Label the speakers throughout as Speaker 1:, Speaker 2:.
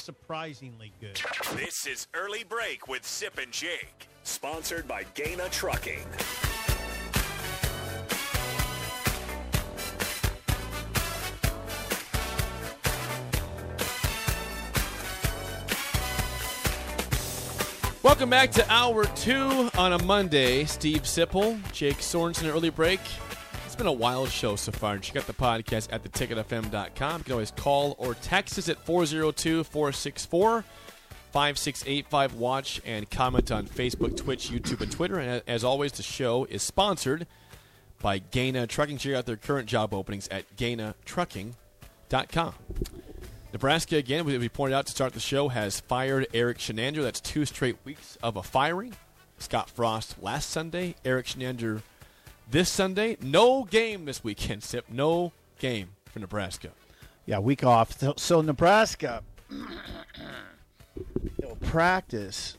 Speaker 1: surprisingly good.
Speaker 2: This is Early Break with Sip and Jake, sponsored by Gaina Trucking.
Speaker 3: Welcome back to hour two on a Monday. Steve Sipple, Jake Sorensen, early break. It's been a wild show so far. Check out the podcast at theticketfm.com. You can always call or text us at 402 464 5685. Watch and comment on Facebook, Twitch, YouTube, and Twitter. And as always, the show is sponsored by Gaina Trucking. Check out their current job openings at gainatrucking.com. Nebraska, again, we, we pointed out to start the show, has fired Eric Shenander. That's two straight weeks of a firing. Scott Frost last Sunday, Eric Shenander this Sunday. No game this weekend, Sip. No game for Nebraska.
Speaker 4: Yeah, week off. So, so Nebraska will practice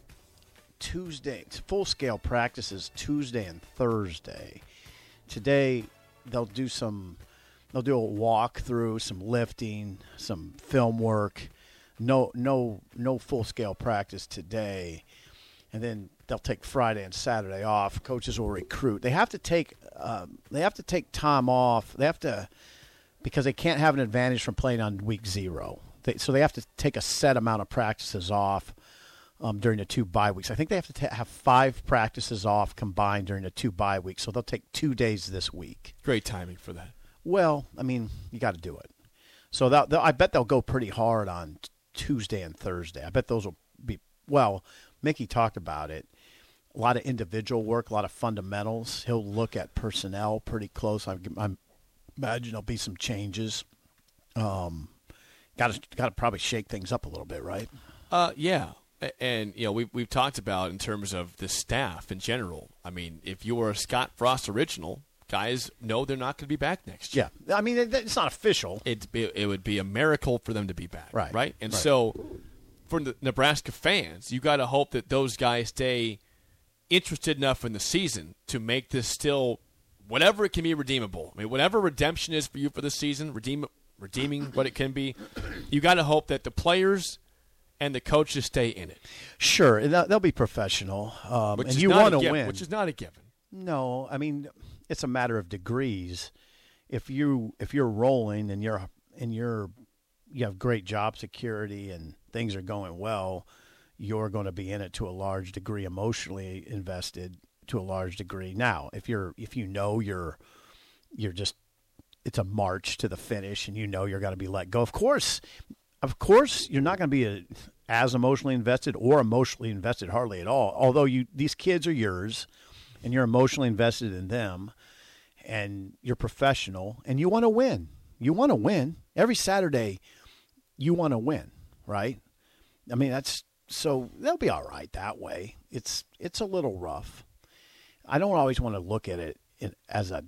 Speaker 4: Tuesday. Full scale practices Tuesday and Thursday. Today they'll do some. They'll do a walk through, some lifting, some film work. No, no, no full scale practice today, and then they'll take Friday and Saturday off. Coaches will recruit. They have to take. Um, they have to take time off. They have to because they can't have an advantage from playing on week zero. They, so they have to take a set amount of practices off um, during the two bye weeks. I think they have to ta have five practices off combined during the two bye weeks. So they'll take two days this week.
Speaker 3: Great timing for that.
Speaker 4: Well, I mean, you got to do it. So that, that- I bet they'll go pretty hard on t- Tuesday and Thursday. I bet those will be well. Mickey talked about it. A lot of individual work, a lot of fundamentals. He'll look at personnel pretty close. I, I imagine there'll be some changes. Um, got to got to probably shake things up a little bit, right?
Speaker 3: Uh, yeah, A- and you know we've we've talked about in terms of the staff in general. I mean, if you were a Scott Frost original, guys know they're not going to be back next year.
Speaker 4: Yeah, I mean it, it's not official.
Speaker 3: it it it would be a miracle for them to be back,
Speaker 4: Right.
Speaker 3: Right, and
Speaker 4: Right.
Speaker 3: so for the Nebraska fans, you got to hope that those guys stay interested enough in the season to make this still whatever it can be redeemable. I mean, whatever redemption is for you for the season, redeem redeeming what it can be. You got to hope that the players and the coaches stay in it,
Speaker 4: Sure, and they'll, they'll be professional, um,
Speaker 3: which
Speaker 4: and
Speaker 3: is
Speaker 4: you
Speaker 3: not
Speaker 4: want
Speaker 3: a
Speaker 4: to
Speaker 3: given,
Speaker 4: win.
Speaker 3: which is not a given.
Speaker 4: No, I mean it's a matter of degrees. If you if you're rolling and you're and you're you have great job security and things are going well, you're going to be in it to a large degree emotionally invested to a large degree. Now, if you're if you know you're you're just it's a march to the finish and you know you're going to be let go. Of course, of course you're not going to be a, as emotionally invested or emotionally invested hardly at all. Although you these kids are yours and you're emotionally invested in them and you're professional and you want to win. You want to win. Every Saturday you want to win, right? I mean, that's so they'll be all right that way. It's it's a little rough. I don't always want to look at it in, as a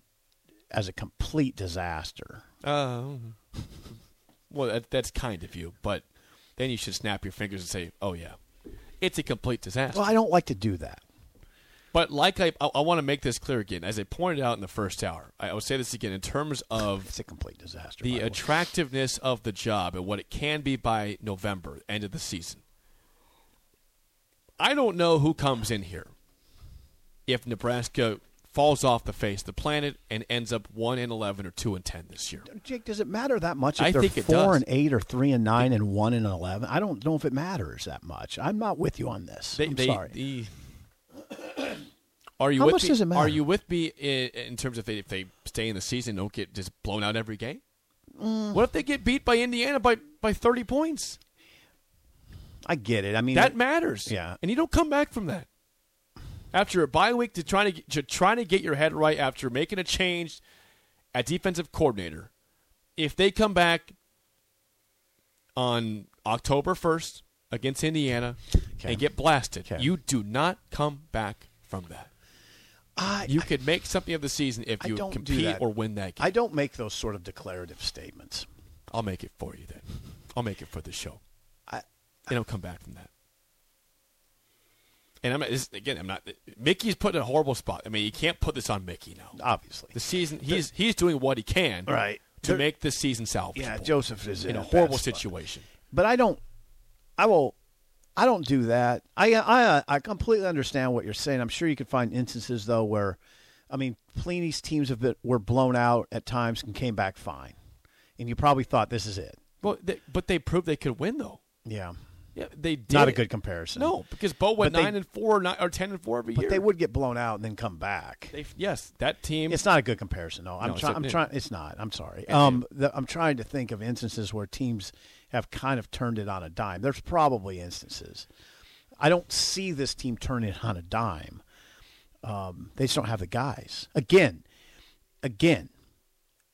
Speaker 4: as a complete disaster.
Speaker 3: Oh, well, that, that's kind of you, but then you should snap your fingers and say, "Oh yeah, it's a complete disaster."
Speaker 4: Well, I don't like to do that.
Speaker 3: But like I, I, want to make this clear again, as I pointed out in the first hour, I will say this again in terms of
Speaker 4: It's a complete disaster.
Speaker 3: the
Speaker 4: by way.
Speaker 3: attractiveness of the job and what it can be by November, end of the season. I don't know who comes in here. If Nebraska falls off the face of the planet and ends up one and eleven or two and ten this year,
Speaker 4: Jake, does it matter that much if
Speaker 3: I
Speaker 4: they're
Speaker 3: think it
Speaker 4: four
Speaker 3: does.
Speaker 4: and eight or three and nine and one and eleven? I don't know if it matters that much. I'm not with you on this.
Speaker 3: they,
Speaker 4: I'm
Speaker 3: they-
Speaker 4: sorry.
Speaker 3: the- are you
Speaker 4: How
Speaker 3: with
Speaker 4: much
Speaker 3: me?
Speaker 4: does it matter?
Speaker 3: Are you with me in, in terms of they, if they stay in the season, don't get just blown out every game?
Speaker 4: Mm.
Speaker 3: What if they get beat by Indiana by, by thirty points?
Speaker 4: I get it. I mean,
Speaker 3: That matters.
Speaker 4: Yeah.
Speaker 3: and you don't come back from that after a bye week to trying to get, to trying to get your head right after making a change at defensive coordinator. If they come back on October first against Indiana
Speaker 4: Okay.
Speaker 3: and get blasted,
Speaker 4: Okay.
Speaker 3: you do not come back from that.
Speaker 4: I,
Speaker 3: You could make something of the season if
Speaker 4: I
Speaker 3: you
Speaker 4: don't do
Speaker 3: compete
Speaker 4: that.
Speaker 3: or win that game.
Speaker 4: I don't make those sort of declarative statements.
Speaker 3: I'll make it for you then. I'll make it for the show.
Speaker 4: I-
Speaker 3: and I'll come back from that. And I'm this, again. I'm not. Mickey's put in a horrible spot. I mean, you can't put this on Mickey now.
Speaker 4: Obviously,
Speaker 3: The season he's he's doing what he can
Speaker 4: Right.
Speaker 3: to
Speaker 4: There-
Speaker 3: make this season salvageable.
Speaker 4: yeah. Joseph is
Speaker 3: in a
Speaker 4: bad
Speaker 3: horrible
Speaker 4: spot.
Speaker 3: situation.
Speaker 4: but I don't. I will. I don't do that. I uh, I I completely understand what you're saying. I'm sure you could find instances though where, I mean, Pliny's teams have been, were blown out at times and came back fine, and you probably thought this is it.
Speaker 3: Well, they, but they proved they could win though.
Speaker 4: Yeah,
Speaker 3: Yeah, they did.
Speaker 4: not a good comparison.
Speaker 3: No, because Bo went
Speaker 4: But they-
Speaker 3: nine and four or, nine, or ten and four every
Speaker 4: but
Speaker 3: year.
Speaker 4: they would get blown out and then come back.
Speaker 3: They- yes, that team.
Speaker 4: It's not a good comparison, though. I'm
Speaker 3: No, it's
Speaker 4: trying.
Speaker 3: not-
Speaker 4: I'm trying. It's not. I'm sorry. Um, the, I'm trying to think of instances where teams have kind of turned it on a dime. There's probably instances. I don't see this team turn it on a dime. Um, they just don't have the guys. Again, again,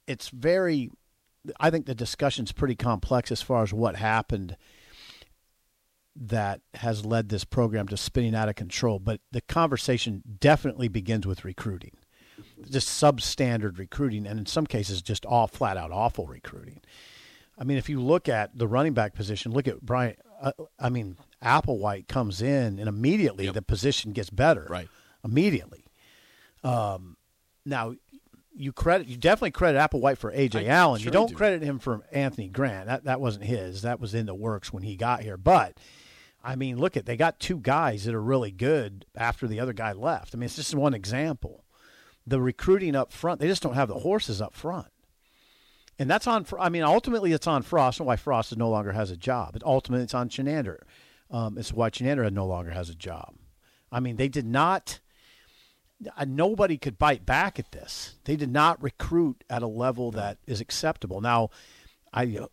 Speaker 4: it's very. I think the discussion's pretty complex as far as what happened that has led this program to spinning out of control. But the conversation definitely begins with recruiting just substandard recruiting, and in some cases, just all flat out awful recruiting. I mean, if you look at the running back position, look at Brian. Uh, I mean, Applewhite comes in, and immediately the position gets better.
Speaker 3: Right.
Speaker 4: Immediately. Um, now, you credit you definitely credit Applewhite for AJ Allen.
Speaker 3: sure
Speaker 4: you don't
Speaker 3: do.
Speaker 4: credit him for Anthony Grant. That that wasn't his. That was in the works when he got here. But I mean, look at they got two guys that are really good after the other guy left. I mean, it's just one example the recruiting up front. They just don't have the horses up front. And that's on, Fro- I mean, ultimately it's on Frost and why Frost is no longer has a job. But ultimately it's on Chenander. Um, it's why Chenander no longer has a job. I mean, they did not, uh, nobody could bite back at this. They did not recruit at a level that is acceptable. Now, I, uh,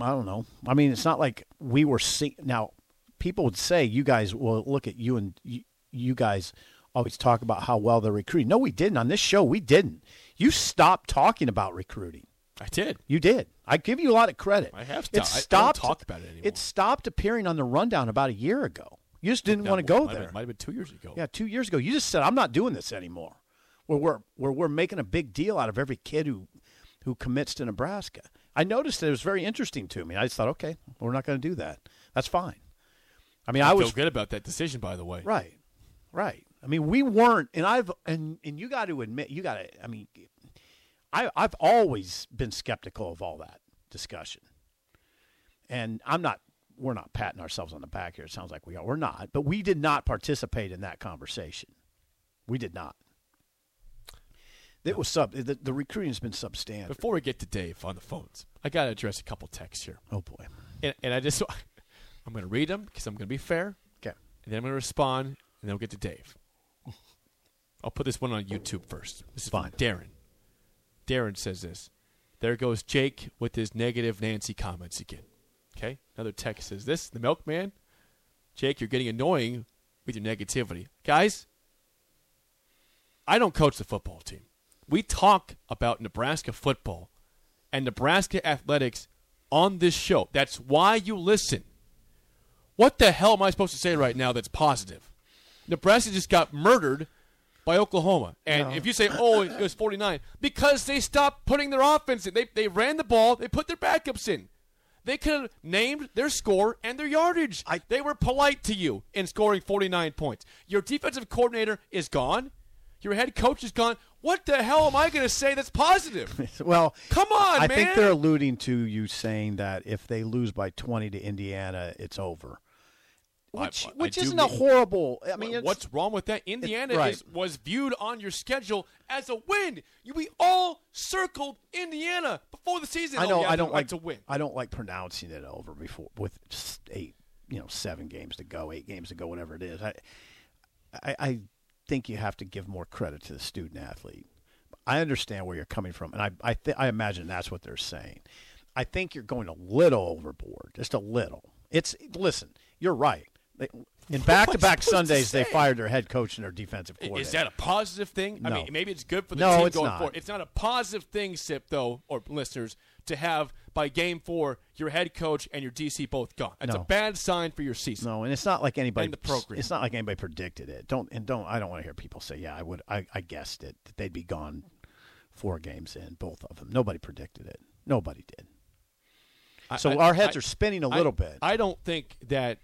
Speaker 4: I don't know. I mean, it's not like we were seeing. Now, people would say you guys well, look at you and you, you guys always talk about how well they're recruiting. No, we didn't on this show. We didn't. You stopped talking about recruiting.
Speaker 3: I did.
Speaker 4: You did. I give you a lot of credit.
Speaker 3: I have stopped. I-
Speaker 4: It
Speaker 3: I don't
Speaker 4: stopped.
Speaker 3: talk about it anymore.
Speaker 4: It stopped appearing on the rundown about a year ago. You just didn't want to go
Speaker 3: might Have
Speaker 4: there.
Speaker 3: been, might have been two years ago.
Speaker 4: Yeah, two years ago, you just said I'm not doing this anymore. Where we're where we're making a big deal out of every kid who who commits to Nebraska. I noticed that it was very interesting to me. I just thought, okay, we're not going to do that. That's fine. I mean, I,
Speaker 3: I,
Speaker 4: was
Speaker 3: feel good about that decision, by the way.
Speaker 4: right, right. I mean, we weren't, and I've and and you got to admit, you got to. I mean, I I've always been skeptical of all that discussion, and I'm not. We're not patting ourselves on the back here. It sounds like we are. We're not, but we did not participate in that conversation. We did not. It was sub. The, the recruiting has been substandard.
Speaker 3: Before we get to Dave on the phones, I got to address a couple texts here,
Speaker 4: oh boy.
Speaker 3: and, and I just I'm going to read them because I'm going to be fair,
Speaker 4: Okay.
Speaker 3: and then I'm going to respond, and then we'll get to Dave. I'll put this one on YouTube first. This is
Speaker 4: Fine.
Speaker 3: from Darren. Darren says this. There goes Jake with his negative Nancy comments again. Okay. Another text says this. The milkman. Jake, you're getting annoying with your negativity. Guys, I don't coach the football team. We talk about Nebraska football and Nebraska athletics on this show. That's why you listen. What the hell am I supposed to say right now that's positive? Nebraska just got murdered by Oklahoma. And if you say, oh, it was 49, because they stopped putting their offense in. They, they ran the ball, they put their backups in. They could have named their score and their yardage.
Speaker 4: I-
Speaker 3: they were polite to you in scoring 49 points. Your defensive coordinator is gone. Your head coach is gone. What the hell am I going to say that's positive?
Speaker 4: Well,
Speaker 3: Come on,
Speaker 4: I
Speaker 3: man.
Speaker 4: think they're alluding to you saying that if they lose by 20 to Indiana, it's over. Which,
Speaker 3: I- I
Speaker 4: which
Speaker 3: do
Speaker 4: isn't a
Speaker 3: get-
Speaker 4: horrible. I mean,
Speaker 3: Wha-
Speaker 4: it's-
Speaker 3: what's wrong with that? Indiana
Speaker 4: right.
Speaker 3: is, was viewed on your schedule as a win. You, we all circled Indiana before the season.
Speaker 4: I
Speaker 3: Oh,
Speaker 4: know
Speaker 3: yeah,
Speaker 4: I
Speaker 3: they'd
Speaker 4: don't like
Speaker 3: to win.
Speaker 4: I don't like pronouncing it over before with s- eight, you know, seven games to go, eight games to go, whatever it is. I, I, I think you have to give more credit to the student athlete. I understand where you're coming from, and I, I, th- I imagine that's what they're saying. I think you're going a little overboard, just a little. It's listen, you're right. They, in back-to-back
Speaker 3: supposed to
Speaker 4: Sundays, they
Speaker 3: say?
Speaker 4: fired their head coach and their defensive coordinator.
Speaker 3: Is that a positive thing? I
Speaker 4: No.
Speaker 3: mean, maybe it's good for the
Speaker 4: No,
Speaker 3: team
Speaker 4: it's
Speaker 3: going
Speaker 4: not.
Speaker 3: forward. It's not a positive thing, Sip, though, or listeners, to have by game four your head coach and your DC both gone. That's a
Speaker 4: No.
Speaker 3: bad sign for your season.
Speaker 4: No, and it's not like anybody.
Speaker 3: And the program.
Speaker 4: It's not like anybody predicted it. Don't and don't. I don't want to hear people say, "Yeah, I would. I, I guessed it that they'd be gone four games in both of them." Nobody predicted it. Nobody did.
Speaker 3: I-
Speaker 4: So
Speaker 3: I-
Speaker 4: our heads
Speaker 3: I-
Speaker 4: are spinning a little
Speaker 3: I,
Speaker 4: bit.
Speaker 3: I don't think that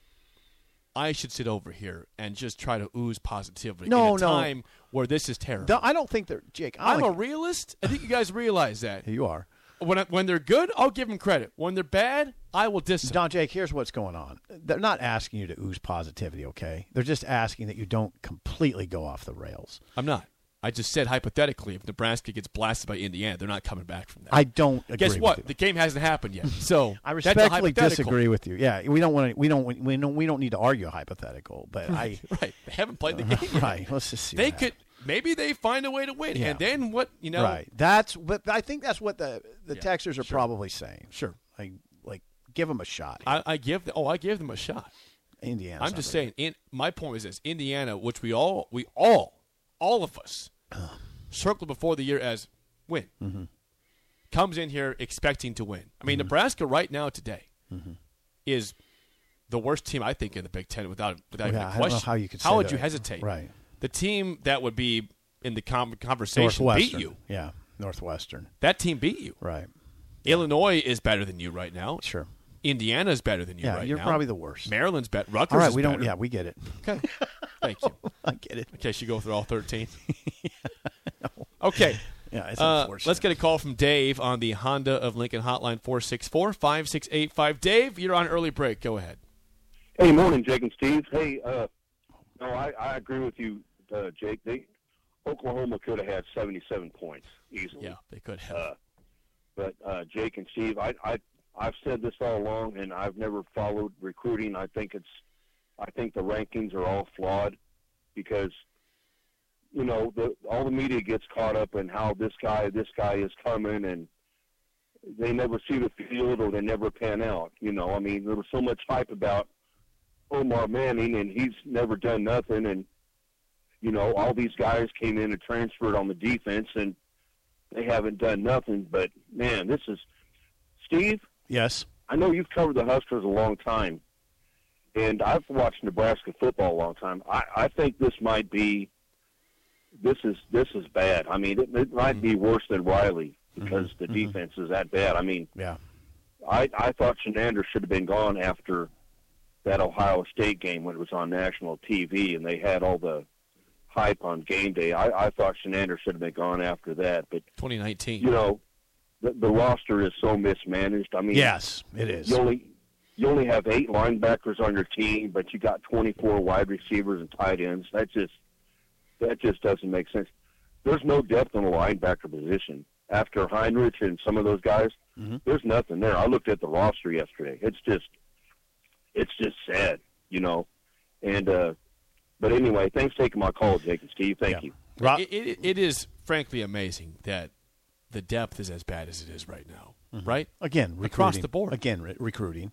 Speaker 3: I should sit over here and just try to ooze positivity in
Speaker 4: No,
Speaker 3: a
Speaker 4: no.
Speaker 3: time where this is terrible.
Speaker 4: Though I don't think they're Jake. I
Speaker 3: I'm
Speaker 4: don't
Speaker 3: a realist. I think you guys realize that.
Speaker 4: think- you are.
Speaker 3: When I, when they're good, I'll give them credit. When they're bad, I will diss him.
Speaker 4: Don Jake, here's what's going on. They're not asking you to ooze positivity, okay? They're just asking that you don't completely go off the rails.
Speaker 3: I'm not. I just said hypothetically, if Nebraska gets blasted by Indiana, they're not coming back from that.
Speaker 4: I don't agree
Speaker 3: Guess
Speaker 4: with
Speaker 3: what?
Speaker 4: you.
Speaker 3: The game hasn't happened yet. So that's a
Speaker 4: I respectfully
Speaker 3: hypothetical.
Speaker 4: disagree with you. Yeah, we don't want to. We don't. We don't. We don't need to argue a hypothetical. But I.
Speaker 3: Right. They haven't played the game yet.
Speaker 4: right. Let's just see.
Speaker 3: They
Speaker 4: what
Speaker 3: could maybe they find a way to win.
Speaker 4: Yeah.
Speaker 3: And then what you know
Speaker 4: happens. Right. That's. But I think that's what the the
Speaker 3: Yeah,
Speaker 4: Texers
Speaker 3: sure.
Speaker 4: are probably saying.
Speaker 3: Sure.
Speaker 4: Like like give them a shot.
Speaker 3: I, I give the, oh, I give them a shot.
Speaker 4: Indiana.
Speaker 3: I'm just saying. In my point is this: Indiana, which we all, we all, all of us, circled before the year as win,
Speaker 4: Mm-hmm.
Speaker 3: comes in here expecting to win. I mean, Nebraska right now today
Speaker 4: Mm-hmm.
Speaker 3: is the worst team I think in the Big Ten without without
Speaker 4: Yeah,
Speaker 3: even
Speaker 4: I
Speaker 3: a
Speaker 4: don't know
Speaker 3: question.
Speaker 4: how you could
Speaker 3: How
Speaker 4: say
Speaker 3: would
Speaker 4: that
Speaker 3: you
Speaker 4: right now.
Speaker 3: hesitate?
Speaker 4: Right.
Speaker 3: The team that would be in the com- conversation
Speaker 4: Northwestern.
Speaker 3: beat you.
Speaker 4: Yeah. Northwestern.
Speaker 3: That team beat you.
Speaker 4: Right.
Speaker 3: Illinois is better than you right now.
Speaker 4: Sure.
Speaker 3: Indiana is better than you
Speaker 4: Yeah.
Speaker 3: right
Speaker 4: you're
Speaker 3: now.
Speaker 4: probably the worst.
Speaker 3: Maryland's better. Rutgers
Speaker 4: All right.
Speaker 3: is
Speaker 4: We don't.
Speaker 3: better.
Speaker 4: Yeah. We get it.
Speaker 3: Okay. Thank you.
Speaker 4: I get it.
Speaker 3: In case you go through all 13. Okay.
Speaker 4: Yeah. It's
Speaker 3: Uh,
Speaker 4: unfortunate.
Speaker 3: let's get a call from Dave on the Honda of Lincoln hotline 464 5685. Dave, you're on early break. Go ahead.
Speaker 1: Hey, morning, Jake and Steve. Hey, uh, no, I, I agree with you, uh, Jake. They, Oklahoma could have had 77 points easily.
Speaker 3: Yeah, they could have.
Speaker 1: Uh, but uh, Jake and Steve, I, I, I've said this all along, and I've never followed recruiting. I think it's, I think the rankings are all flawed because, you know, the, all the media gets caught up in how this guy, this guy is coming, and they never see the field or they never pan out. You know, I mean, there was so much hype about Omar Manning, and he's never done nothing, and you know, all these guys came in and transferred on the defense, and they haven't done nothing. But man, this is Steve.
Speaker 4: Yes.
Speaker 1: I know you've covered the Huskers a long time, and I've watched Nebraska football a long time. I, I think this might be this is this is bad. I mean, it, it might be worse than Riley because the defense is that bad. I mean,
Speaker 4: Yeah.
Speaker 1: I, I thought Shenander should have been gone after that Ohio State game when it was on national TV and they had all the hype on game day. I, I thought Shenander should have been gone after that, but
Speaker 3: 2019.
Speaker 1: you know, the, the roster is so mismanaged. I mean,
Speaker 4: Yes. It is.
Speaker 1: you only you only have eight linebackers on your team, but you got 24 wide receivers and tight ends. That just that just doesn't make sense. There's no depth in the linebacker position. After Heinrich and some of those guys,
Speaker 4: Mhm.
Speaker 1: there's nothing there. I looked at the roster yesterday. It's just it's just sad, you know. And uh but anyway, thanks for taking my call, Jake and Steve. Thank
Speaker 4: Yeah.
Speaker 1: you.
Speaker 4: Ro-
Speaker 3: it, it, it is frankly amazing that the depth is as bad as it is right now.
Speaker 4: Mm-hmm.
Speaker 3: Right?
Speaker 4: again recruiting.
Speaker 3: Across the board.
Speaker 4: again re- recruiting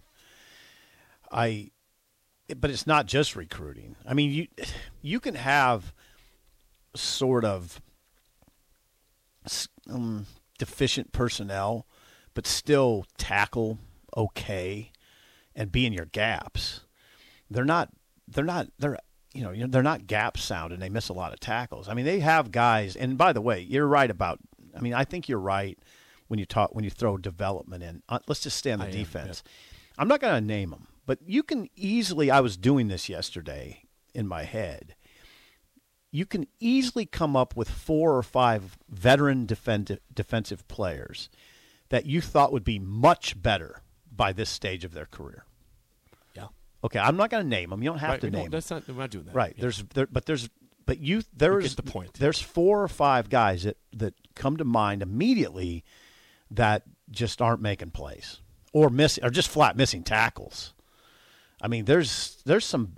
Speaker 4: i but it's not just recruiting i mean you you can have sort of s- um, deficient personnel but still tackle okay and be in your gaps they're not they're not they're you know, you know they're not gap sound and they miss a lot of tackles. I mean they have guys and by the way, you're right about I mean I think you're right when you talk when you throw development in. Uh, let's just stay on the
Speaker 3: I am,
Speaker 4: defense. I'm not going to name them, but you can easily I was doing this yesterday in my head. You can easily come up with four or five veteran defend, defensive players that you thought would be much better by this stage of their career.
Speaker 3: Yeah.
Speaker 4: Okay, I'm not going to name them. You don't have
Speaker 3: right.
Speaker 4: to
Speaker 3: we don't-
Speaker 4: name 'em.
Speaker 3: that's not, we're not doing that.
Speaker 4: Right.
Speaker 3: Yeah.
Speaker 4: There's there, but there's but you there's
Speaker 3: the point.
Speaker 4: There's four or five guys that that come to mind immediately that just aren't making plays or miss or just flat missing tackles. I mean, there's there's some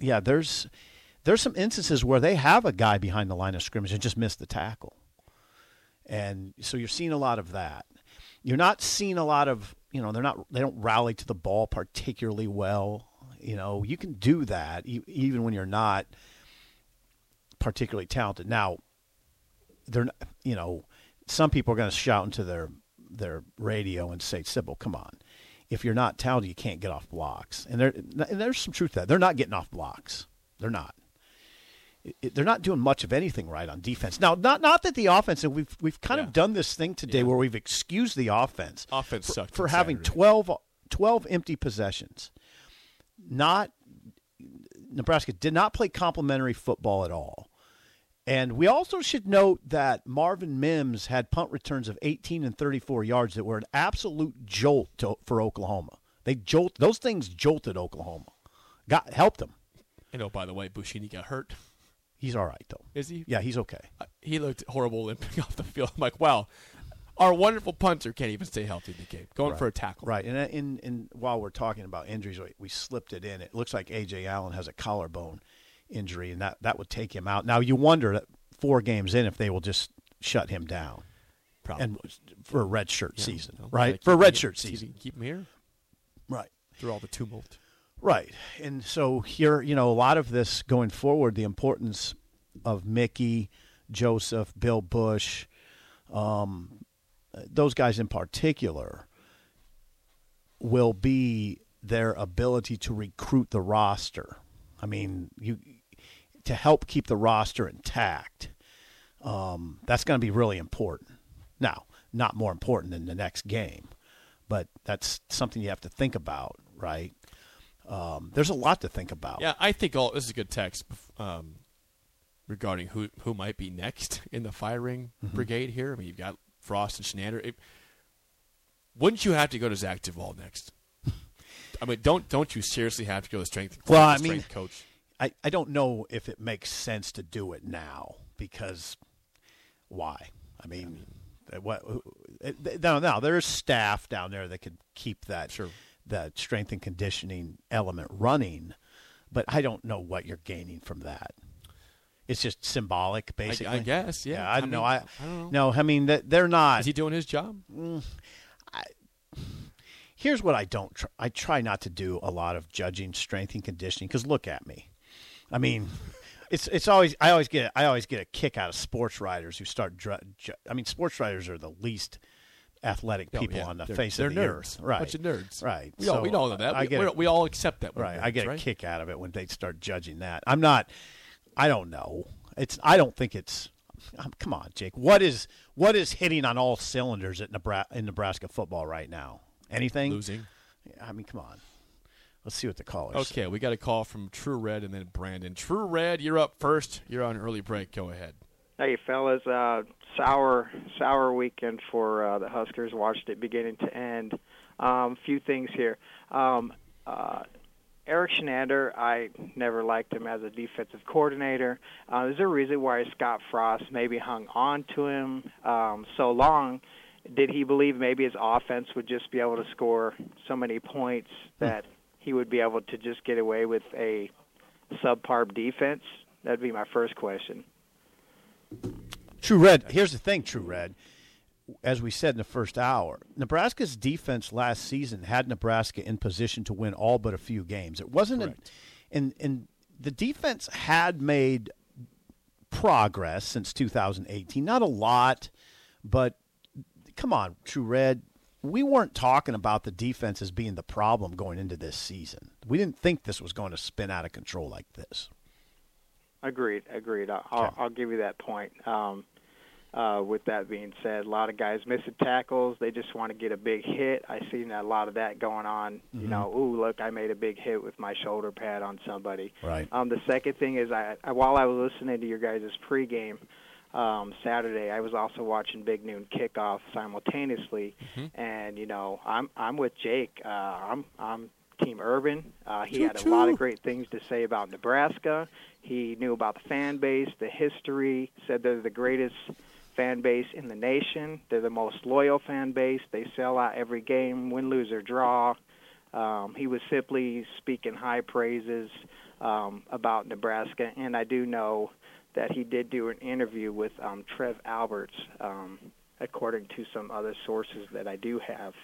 Speaker 4: yeah, there's there's some instances where they have a guy behind the line of scrimmage and just missed the tackle. And so you're seeing a lot of that. You're not seeing a lot of, you know, they're not they don't rally to the ball particularly well. You know, you can do that e- even when you're not particularly talented. Now, they're n- you know, some people are going to shout into their their radio and say, "Sybil, come on." If you're not talented, you can't get off blocks, and there and there's some truth to that. They're not getting off blocks. They're not it- they're not doing much of anything right on defense. Now, not not that the offense, and we've we've kind
Speaker 3: Yeah. Oh,
Speaker 4: of done this thing today where we've excused the offense
Speaker 3: Offense
Speaker 4: for,
Speaker 3: sucked
Speaker 4: for
Speaker 3: on
Speaker 4: having
Speaker 3: Saturday.
Speaker 4: 12, 12 empty possessions. Not Nebraska did not play complimentary football at all. And we also should note that Marvin Mims had punt returns of 18 and 34 yards that were an absolute jolt to, for Oklahoma. They jolt those things jolted Oklahoma. Got helped them.
Speaker 3: And oh, by the way, Bushini got hurt.
Speaker 4: He's all right though.
Speaker 3: Is he?
Speaker 4: Yeah, he's okay.
Speaker 3: Uh, He looked horrible limping off the field. I'm like, wow, our wonderful punter can't even stay healthy in the game. Going for a tackle.
Speaker 4: Right. And uh, in in while we're talking about injuries, we, we slipped it in. It looks like AJ Allen has a collarbone injury, and that that would take him out. Now you wonder that four games in if they will just shut him down
Speaker 3: Probably.
Speaker 4: and for a red shirt season,
Speaker 3: You know, gotta
Speaker 4: right?
Speaker 3: keep
Speaker 4: For a
Speaker 3: him
Speaker 4: red
Speaker 3: here.
Speaker 4: shirt
Speaker 3: See if
Speaker 4: season,
Speaker 3: he can Keep him here
Speaker 4: right?
Speaker 3: through all the tumult.
Speaker 4: Right. And so here, you know, a lot of this going forward, the importance of Mickey, Joseph, Bill Bush, um, those guys in particular, will be their ability to recruit the roster. I mean, you to help keep the roster intact. Um, that's going to be really important. Now, not more important than the next game, but that's something you have to think about, right? Um, there's a lot to think about.
Speaker 3: Yeah, I think all this is a good text um, regarding who who might be next in the firing
Speaker 4: Mm-hmm.
Speaker 3: brigade here. I mean, you've got Frost and Schneider. It- wouldn't you have to go to Zach Duvall next? I mean, don't don't you seriously have to go to strength?
Speaker 4: Well, I
Speaker 3: strength
Speaker 4: mean-
Speaker 3: coach.
Speaker 4: I, I don't know if it makes sense to do it now because why? I mean, uh, what? who- uh, th- No, no, there's staff down there that could keep that
Speaker 3: Sure.
Speaker 4: that strength and conditioning element running, but I don't know what you're gaining from that. It's just symbolic, basically.
Speaker 3: guess, yeah.
Speaker 4: I
Speaker 3: I
Speaker 4: don't know.
Speaker 3: mean,
Speaker 4: I,
Speaker 3: I don't
Speaker 4: no. I mean, th- they're not.
Speaker 3: Is he doing his job?
Speaker 4: here's what I don't tr- I try not to do a lot of judging strength and conditioning cuz look at me. I mean, it's it's always I always get I always get a kick out of sports writers who start dr- ju- I mean, sports writers are the least athletic people
Speaker 3: Oh, yeah.
Speaker 4: on the
Speaker 3: They're-
Speaker 4: face
Speaker 3: they're
Speaker 4: of the
Speaker 3: nerds.
Speaker 4: earth. Right.
Speaker 3: Bunch of nerds.
Speaker 4: Right.
Speaker 3: We, all, we
Speaker 4: So
Speaker 3: all know that.
Speaker 4: I
Speaker 3: we,
Speaker 4: get
Speaker 3: we-
Speaker 4: it.
Speaker 3: we all accept that. we're
Speaker 4: Right. I
Speaker 3: nerds,
Speaker 4: get a
Speaker 3: right?
Speaker 4: kick out of it when they start judging that. I'm not I don't know. It's I don't think it's um, come on, Jake. What is what is hitting on all cylinders at Nebraska in Nebraska football right now? Anything?
Speaker 3: Losing.
Speaker 4: I mean, come on. Let's see what the callers.
Speaker 3: Okay, we got a call from True Red and then Brandon. True Red, you're up first. You're on early break. Go ahead.
Speaker 5: Hey fellas, uh, sour sour weekend for uh, the Huskers. Watched it beginning to end. Um, few things here. Um, uh, Eric Shenander, I never liked him as a defensive coordinator. Uh, is there a reason why Scott Frost maybe hung on to him um, so long? Did he believe maybe his offense would just be able to score so many points that he would be able to just get away with a subpar defense? That'd be my first question.
Speaker 4: True Red. Here's the thing, True Red. As we said in the first hour, Nebraska's defense last season had Nebraska in position to win all but a few games. It wasn't a, and and the defense had made progress since 2018. Not a lot, but come on, True Red. We weren't talking about the defense as being the problem going into this season. We didn't think this was going to spin out of control like this.
Speaker 5: Agreed, agreed. I'll, I'll, I'll give you that point. Um, uh, with that being said, a lot of guys missing tackles. They just want to get a big hit. I seen a lot of that going on. You know, ooh, look, I made a big hit with my shoulder pad on somebody.
Speaker 4: Right.
Speaker 5: Um, the second thing is, I, I while I was listening to your guys' pregame um, Saturday, I was also watching Big Noon Kickoff simultaneously, and you know, I'm I'm with Jake. Uh, I'm I'm Team Urban. Uh, he had a lot of great things to say about Nebraska. He knew about the fan base, the history. Said they're the greatest fan base in the nation. They're the most loyal fan base. They sell out every game, win, lose or draw. Um, he was simply speaking high praises um, about Nebraska, and I do know that he did do an interview with um, Trev Alberts, um, according to some other sources that I do have.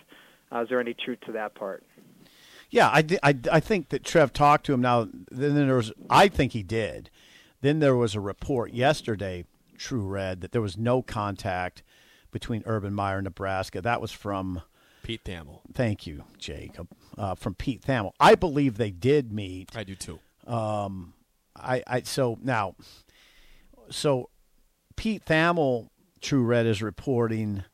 Speaker 5: Uh, is there any truth to that part?
Speaker 4: Yeah, I, di- I, I think that Trev talked to him. Now, then there was, I think he did. Then there was a report yesterday, True Red, that there was no contact between Urban Meyer and Nebraska. That was from,
Speaker 3: Pete Thamel.
Speaker 4: thank you, Jacob, uh, from Pete Thamel. I believe they did meet.
Speaker 3: I do too.
Speaker 4: I, I so now, so Pete Thamel, True Red is reporting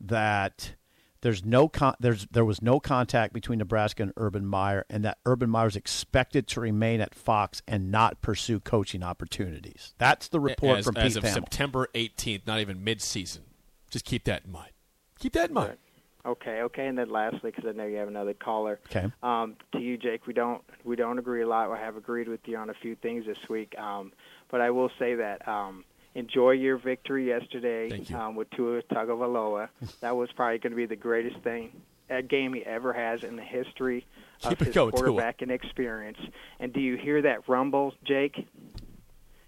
Speaker 4: that there's no con- there's there was no contact between Nebraska and Urban Meyer, and that Urban Meyer is expected to remain at Fox and not pursue coaching opportunities. That's the report
Speaker 3: as,
Speaker 4: from
Speaker 3: as
Speaker 4: Pete
Speaker 3: of
Speaker 4: Thamel.
Speaker 3: September 18th, not even mid-season. Just keep that in mind. Keep that in mind.
Speaker 5: Okay, okay, and then lastly, because I know you have another caller.
Speaker 4: Okay.
Speaker 3: Mm-hmm.
Speaker 5: Um, to you, Jake, we don't we don't agree a lot. I have agreed with you on a few things this week, um, but I will say that um, enjoy your victory yesterday
Speaker 3: Thank you.
Speaker 5: Um, with Tua Tagovailoa. that was probably going to be the greatest thing that game he ever has in the history of
Speaker 3: Keep it
Speaker 5: his
Speaker 3: going, Tua.
Speaker 5: quarterbacking experience. And do you hear that rumble, Jake?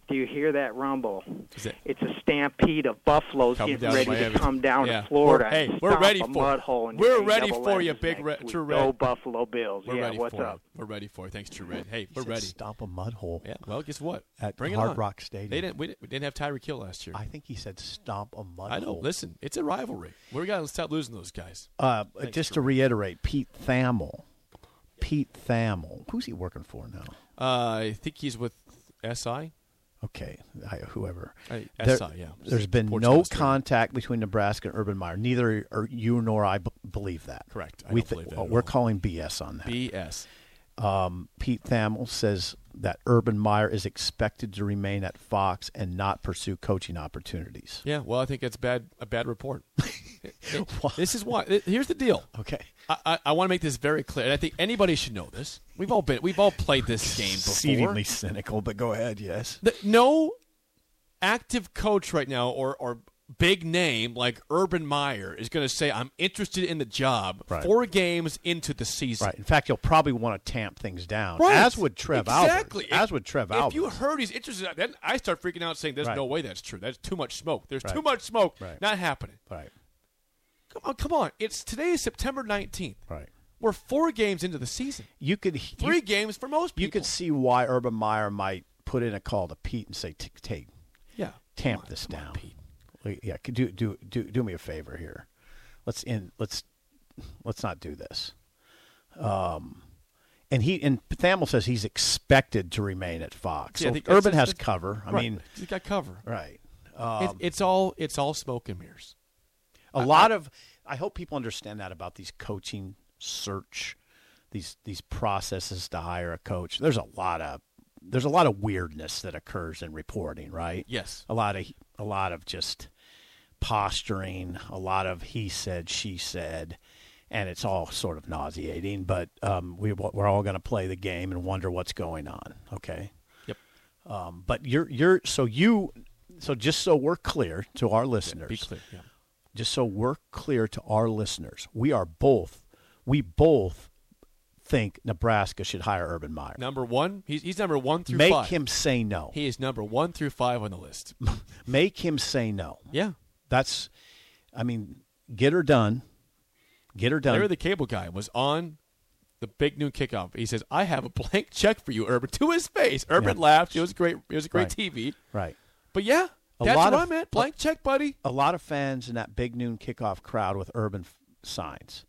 Speaker 5: Do you hear that rumble?
Speaker 3: Is it-
Speaker 5: It's a stampede of buffaloes
Speaker 3: Coming
Speaker 5: getting
Speaker 3: down to
Speaker 5: ready to
Speaker 3: Miami.
Speaker 5: come down
Speaker 3: Yeah.
Speaker 5: to Florida.
Speaker 3: We're- hey,
Speaker 5: and
Speaker 3: we're
Speaker 5: stomp
Speaker 3: ready
Speaker 5: a
Speaker 3: for it.
Speaker 5: mud hole in
Speaker 3: We're
Speaker 5: your
Speaker 3: ready
Speaker 5: double
Speaker 3: for you,
Speaker 5: M's
Speaker 3: Big
Speaker 5: next
Speaker 3: Red-
Speaker 5: week.
Speaker 3: True
Speaker 5: Go
Speaker 3: Red.
Speaker 5: Buffalo Bills.
Speaker 3: We're
Speaker 5: yeah,
Speaker 3: ready
Speaker 5: what's
Speaker 3: for
Speaker 5: up?
Speaker 3: it. We're ready for it. Thanks, True Red. Hey,
Speaker 4: He
Speaker 3: we're
Speaker 4: said
Speaker 3: ready.
Speaker 4: Stomp a mud hole.
Speaker 3: Yeah. Well, guess what?
Speaker 4: At
Speaker 3: Bring it
Speaker 4: Hard
Speaker 3: on.
Speaker 4: Rock Stadium.
Speaker 3: They didn't. We didn't, we didn't have Tyreek Hill last year.
Speaker 4: I think he said stomp a mud
Speaker 3: I know.
Speaker 4: hole.
Speaker 3: Listen, it's a rivalry. We got to stop losing those guys.
Speaker 4: Uh, just to reiterate, Pete Thamel. Pete Thamel. Who's he working for now?
Speaker 3: Uh, I think he's with SI.
Speaker 4: Okay, I, whoever.
Speaker 3: I- SI, yeah.
Speaker 4: There's been
Speaker 3: Sports
Speaker 4: no
Speaker 3: Illustrated.
Speaker 4: contact between Nebraska and Urban Meyer. Neither are you nor I b- believe that.
Speaker 3: Correct. I
Speaker 4: we
Speaker 3: don't believe that
Speaker 4: oh,
Speaker 3: at
Speaker 4: we're
Speaker 3: all.
Speaker 4: calling BS on that.
Speaker 3: BS.
Speaker 4: um, Pete Thamel says that Urban Meyer is expected to remain at Fox and not pursue coaching opportunities.
Speaker 3: Yeah. Well, I think that's bad. A bad report. this is why. Here's the deal.
Speaker 4: Okay.
Speaker 3: I, I, I want to make this very clear. And I think anybody should know this. We've all been. We've all played this game before.
Speaker 4: Exceedingly cynical, but go ahead. Yes.
Speaker 3: The- no active coach right now or or big name like Urban Meyer is going to say I'm interested in the job
Speaker 4: Right.
Speaker 3: four games into the season.
Speaker 4: Right. In fact, you'll probably want to tamp things down,
Speaker 3: Right.
Speaker 4: as would Trev
Speaker 3: exactly.
Speaker 4: Alberts. As would Trev
Speaker 3: If
Speaker 4: Alberts.
Speaker 3: you heard he's interested, then I start freaking out, saying, "There's
Speaker 4: Right.
Speaker 3: no way that's true. That's too much smoke. There's too
Speaker 4: Right.
Speaker 3: much smoke.
Speaker 4: Right.
Speaker 3: Not happening."
Speaker 4: right.
Speaker 3: Come on, come on. It's today is September 19th.
Speaker 4: Right.
Speaker 3: We're four games into the season.
Speaker 4: You could
Speaker 3: Three
Speaker 4: you,
Speaker 3: games for most people.
Speaker 4: you could see why Urban Meyer might put in a call to Pete and say, "T- "Take,
Speaker 3: yeah.
Speaker 4: tamp
Speaker 3: Come on,
Speaker 4: this
Speaker 3: come on,
Speaker 4: down."
Speaker 3: Pete.
Speaker 4: Like, Yeah. could Do do do do me a favor here. Let's in. Let's let's not do this. Um. And he and Thamel says he's expected to remain at Fox.
Speaker 3: Yeah, I
Speaker 4: so
Speaker 3: think
Speaker 4: Urban
Speaker 3: that's-
Speaker 4: has
Speaker 3: that's-
Speaker 4: cover. I
Speaker 3: Right.
Speaker 4: mean, um,
Speaker 3: he's got cover.
Speaker 4: right.
Speaker 3: it's, it's all it's all smoke and mirrors.
Speaker 4: A lot of I hope people understand that about these coaching search, these these processes to hire a coach. There's a lot of there's a lot of weirdness that occurs in reporting, right?
Speaker 3: Yes.
Speaker 4: A lot of a lot of just posturing, a lot of he said, she said, and it's all sort of nauseating. But um, we we're all going to play the game and wonder what's going on. Okay.
Speaker 3: Yep.
Speaker 4: Um, but you're you're so you so just so we're clear to our listeners
Speaker 3: Be clear. Yeah.
Speaker 4: just so we're clear to our listeners, we are both, we both think Nebraska should hire Urban Meyer.
Speaker 3: Number one, he's, he's number one through
Speaker 4: Make
Speaker 3: five.
Speaker 4: him say no.
Speaker 3: He is number one through five on the list.
Speaker 4: Make him say no.
Speaker 3: Yeah,
Speaker 4: That's, I mean, get her done. Get her done.
Speaker 3: Larry the Cable Guy was on the big noon kickoff. He says, "I have a blank check for you, Urban." To his face, Urban
Speaker 4: Yeah.
Speaker 3: laughed. It was great. It was a great
Speaker 4: Right.
Speaker 3: TV.
Speaker 4: right.
Speaker 3: But yeah,
Speaker 4: A
Speaker 3: that's
Speaker 4: lot
Speaker 3: what
Speaker 4: of-
Speaker 3: I meant. Blank check, buddy.
Speaker 4: A lot of fans in that big noon kickoff crowd with Urban f- signs.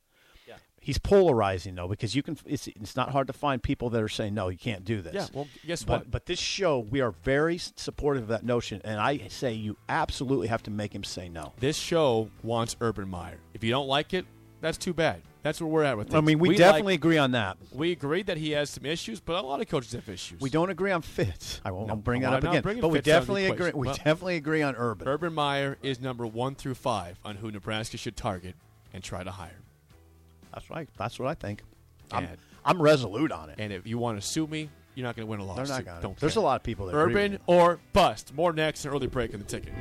Speaker 4: Yeah. He's polarizing though because you can. It's it's not hard to find people that are saying no, you can't do this.
Speaker 3: Yeah. Well, guess what?
Speaker 4: But, but this show, we are very s- supportive of that notion, and I say you absolutely have to make him say no.
Speaker 3: this show wants Urban Meyer. If you don't like it, that's too bad. That's where we're at with. Things.
Speaker 4: I mean, we,
Speaker 3: like-
Speaker 4: definitely agree on that.
Speaker 3: we agree that he has some issues, but a lot of coaches have issues.
Speaker 4: We don't agree on Fitz. I won't,
Speaker 3: No,
Speaker 4: I'll bring
Speaker 3: I'm
Speaker 4: that
Speaker 3: not-
Speaker 4: up
Speaker 3: I'm not
Speaker 4: again.
Speaker 3: bringing
Speaker 4: But we
Speaker 3: Fitz out of the
Speaker 4: definitely agree.
Speaker 3: equation.
Speaker 4: We
Speaker 3: Well-
Speaker 4: definitely agree on Urban.
Speaker 3: Urban Meyer is number one through five on who Nebraska should target and try to hire.
Speaker 4: That's right. That's what I think. I'm,
Speaker 3: And-
Speaker 4: I'm resolute on it.
Speaker 3: And if you want to sue me, you're not going to win a
Speaker 4: They're
Speaker 3: lawsuit.
Speaker 4: not gonna.
Speaker 3: Don't
Speaker 4: There's
Speaker 3: care.
Speaker 4: a lot of people that agree with
Speaker 3: Urban
Speaker 4: me.
Speaker 3: or bust. More next. An early break in the ticket.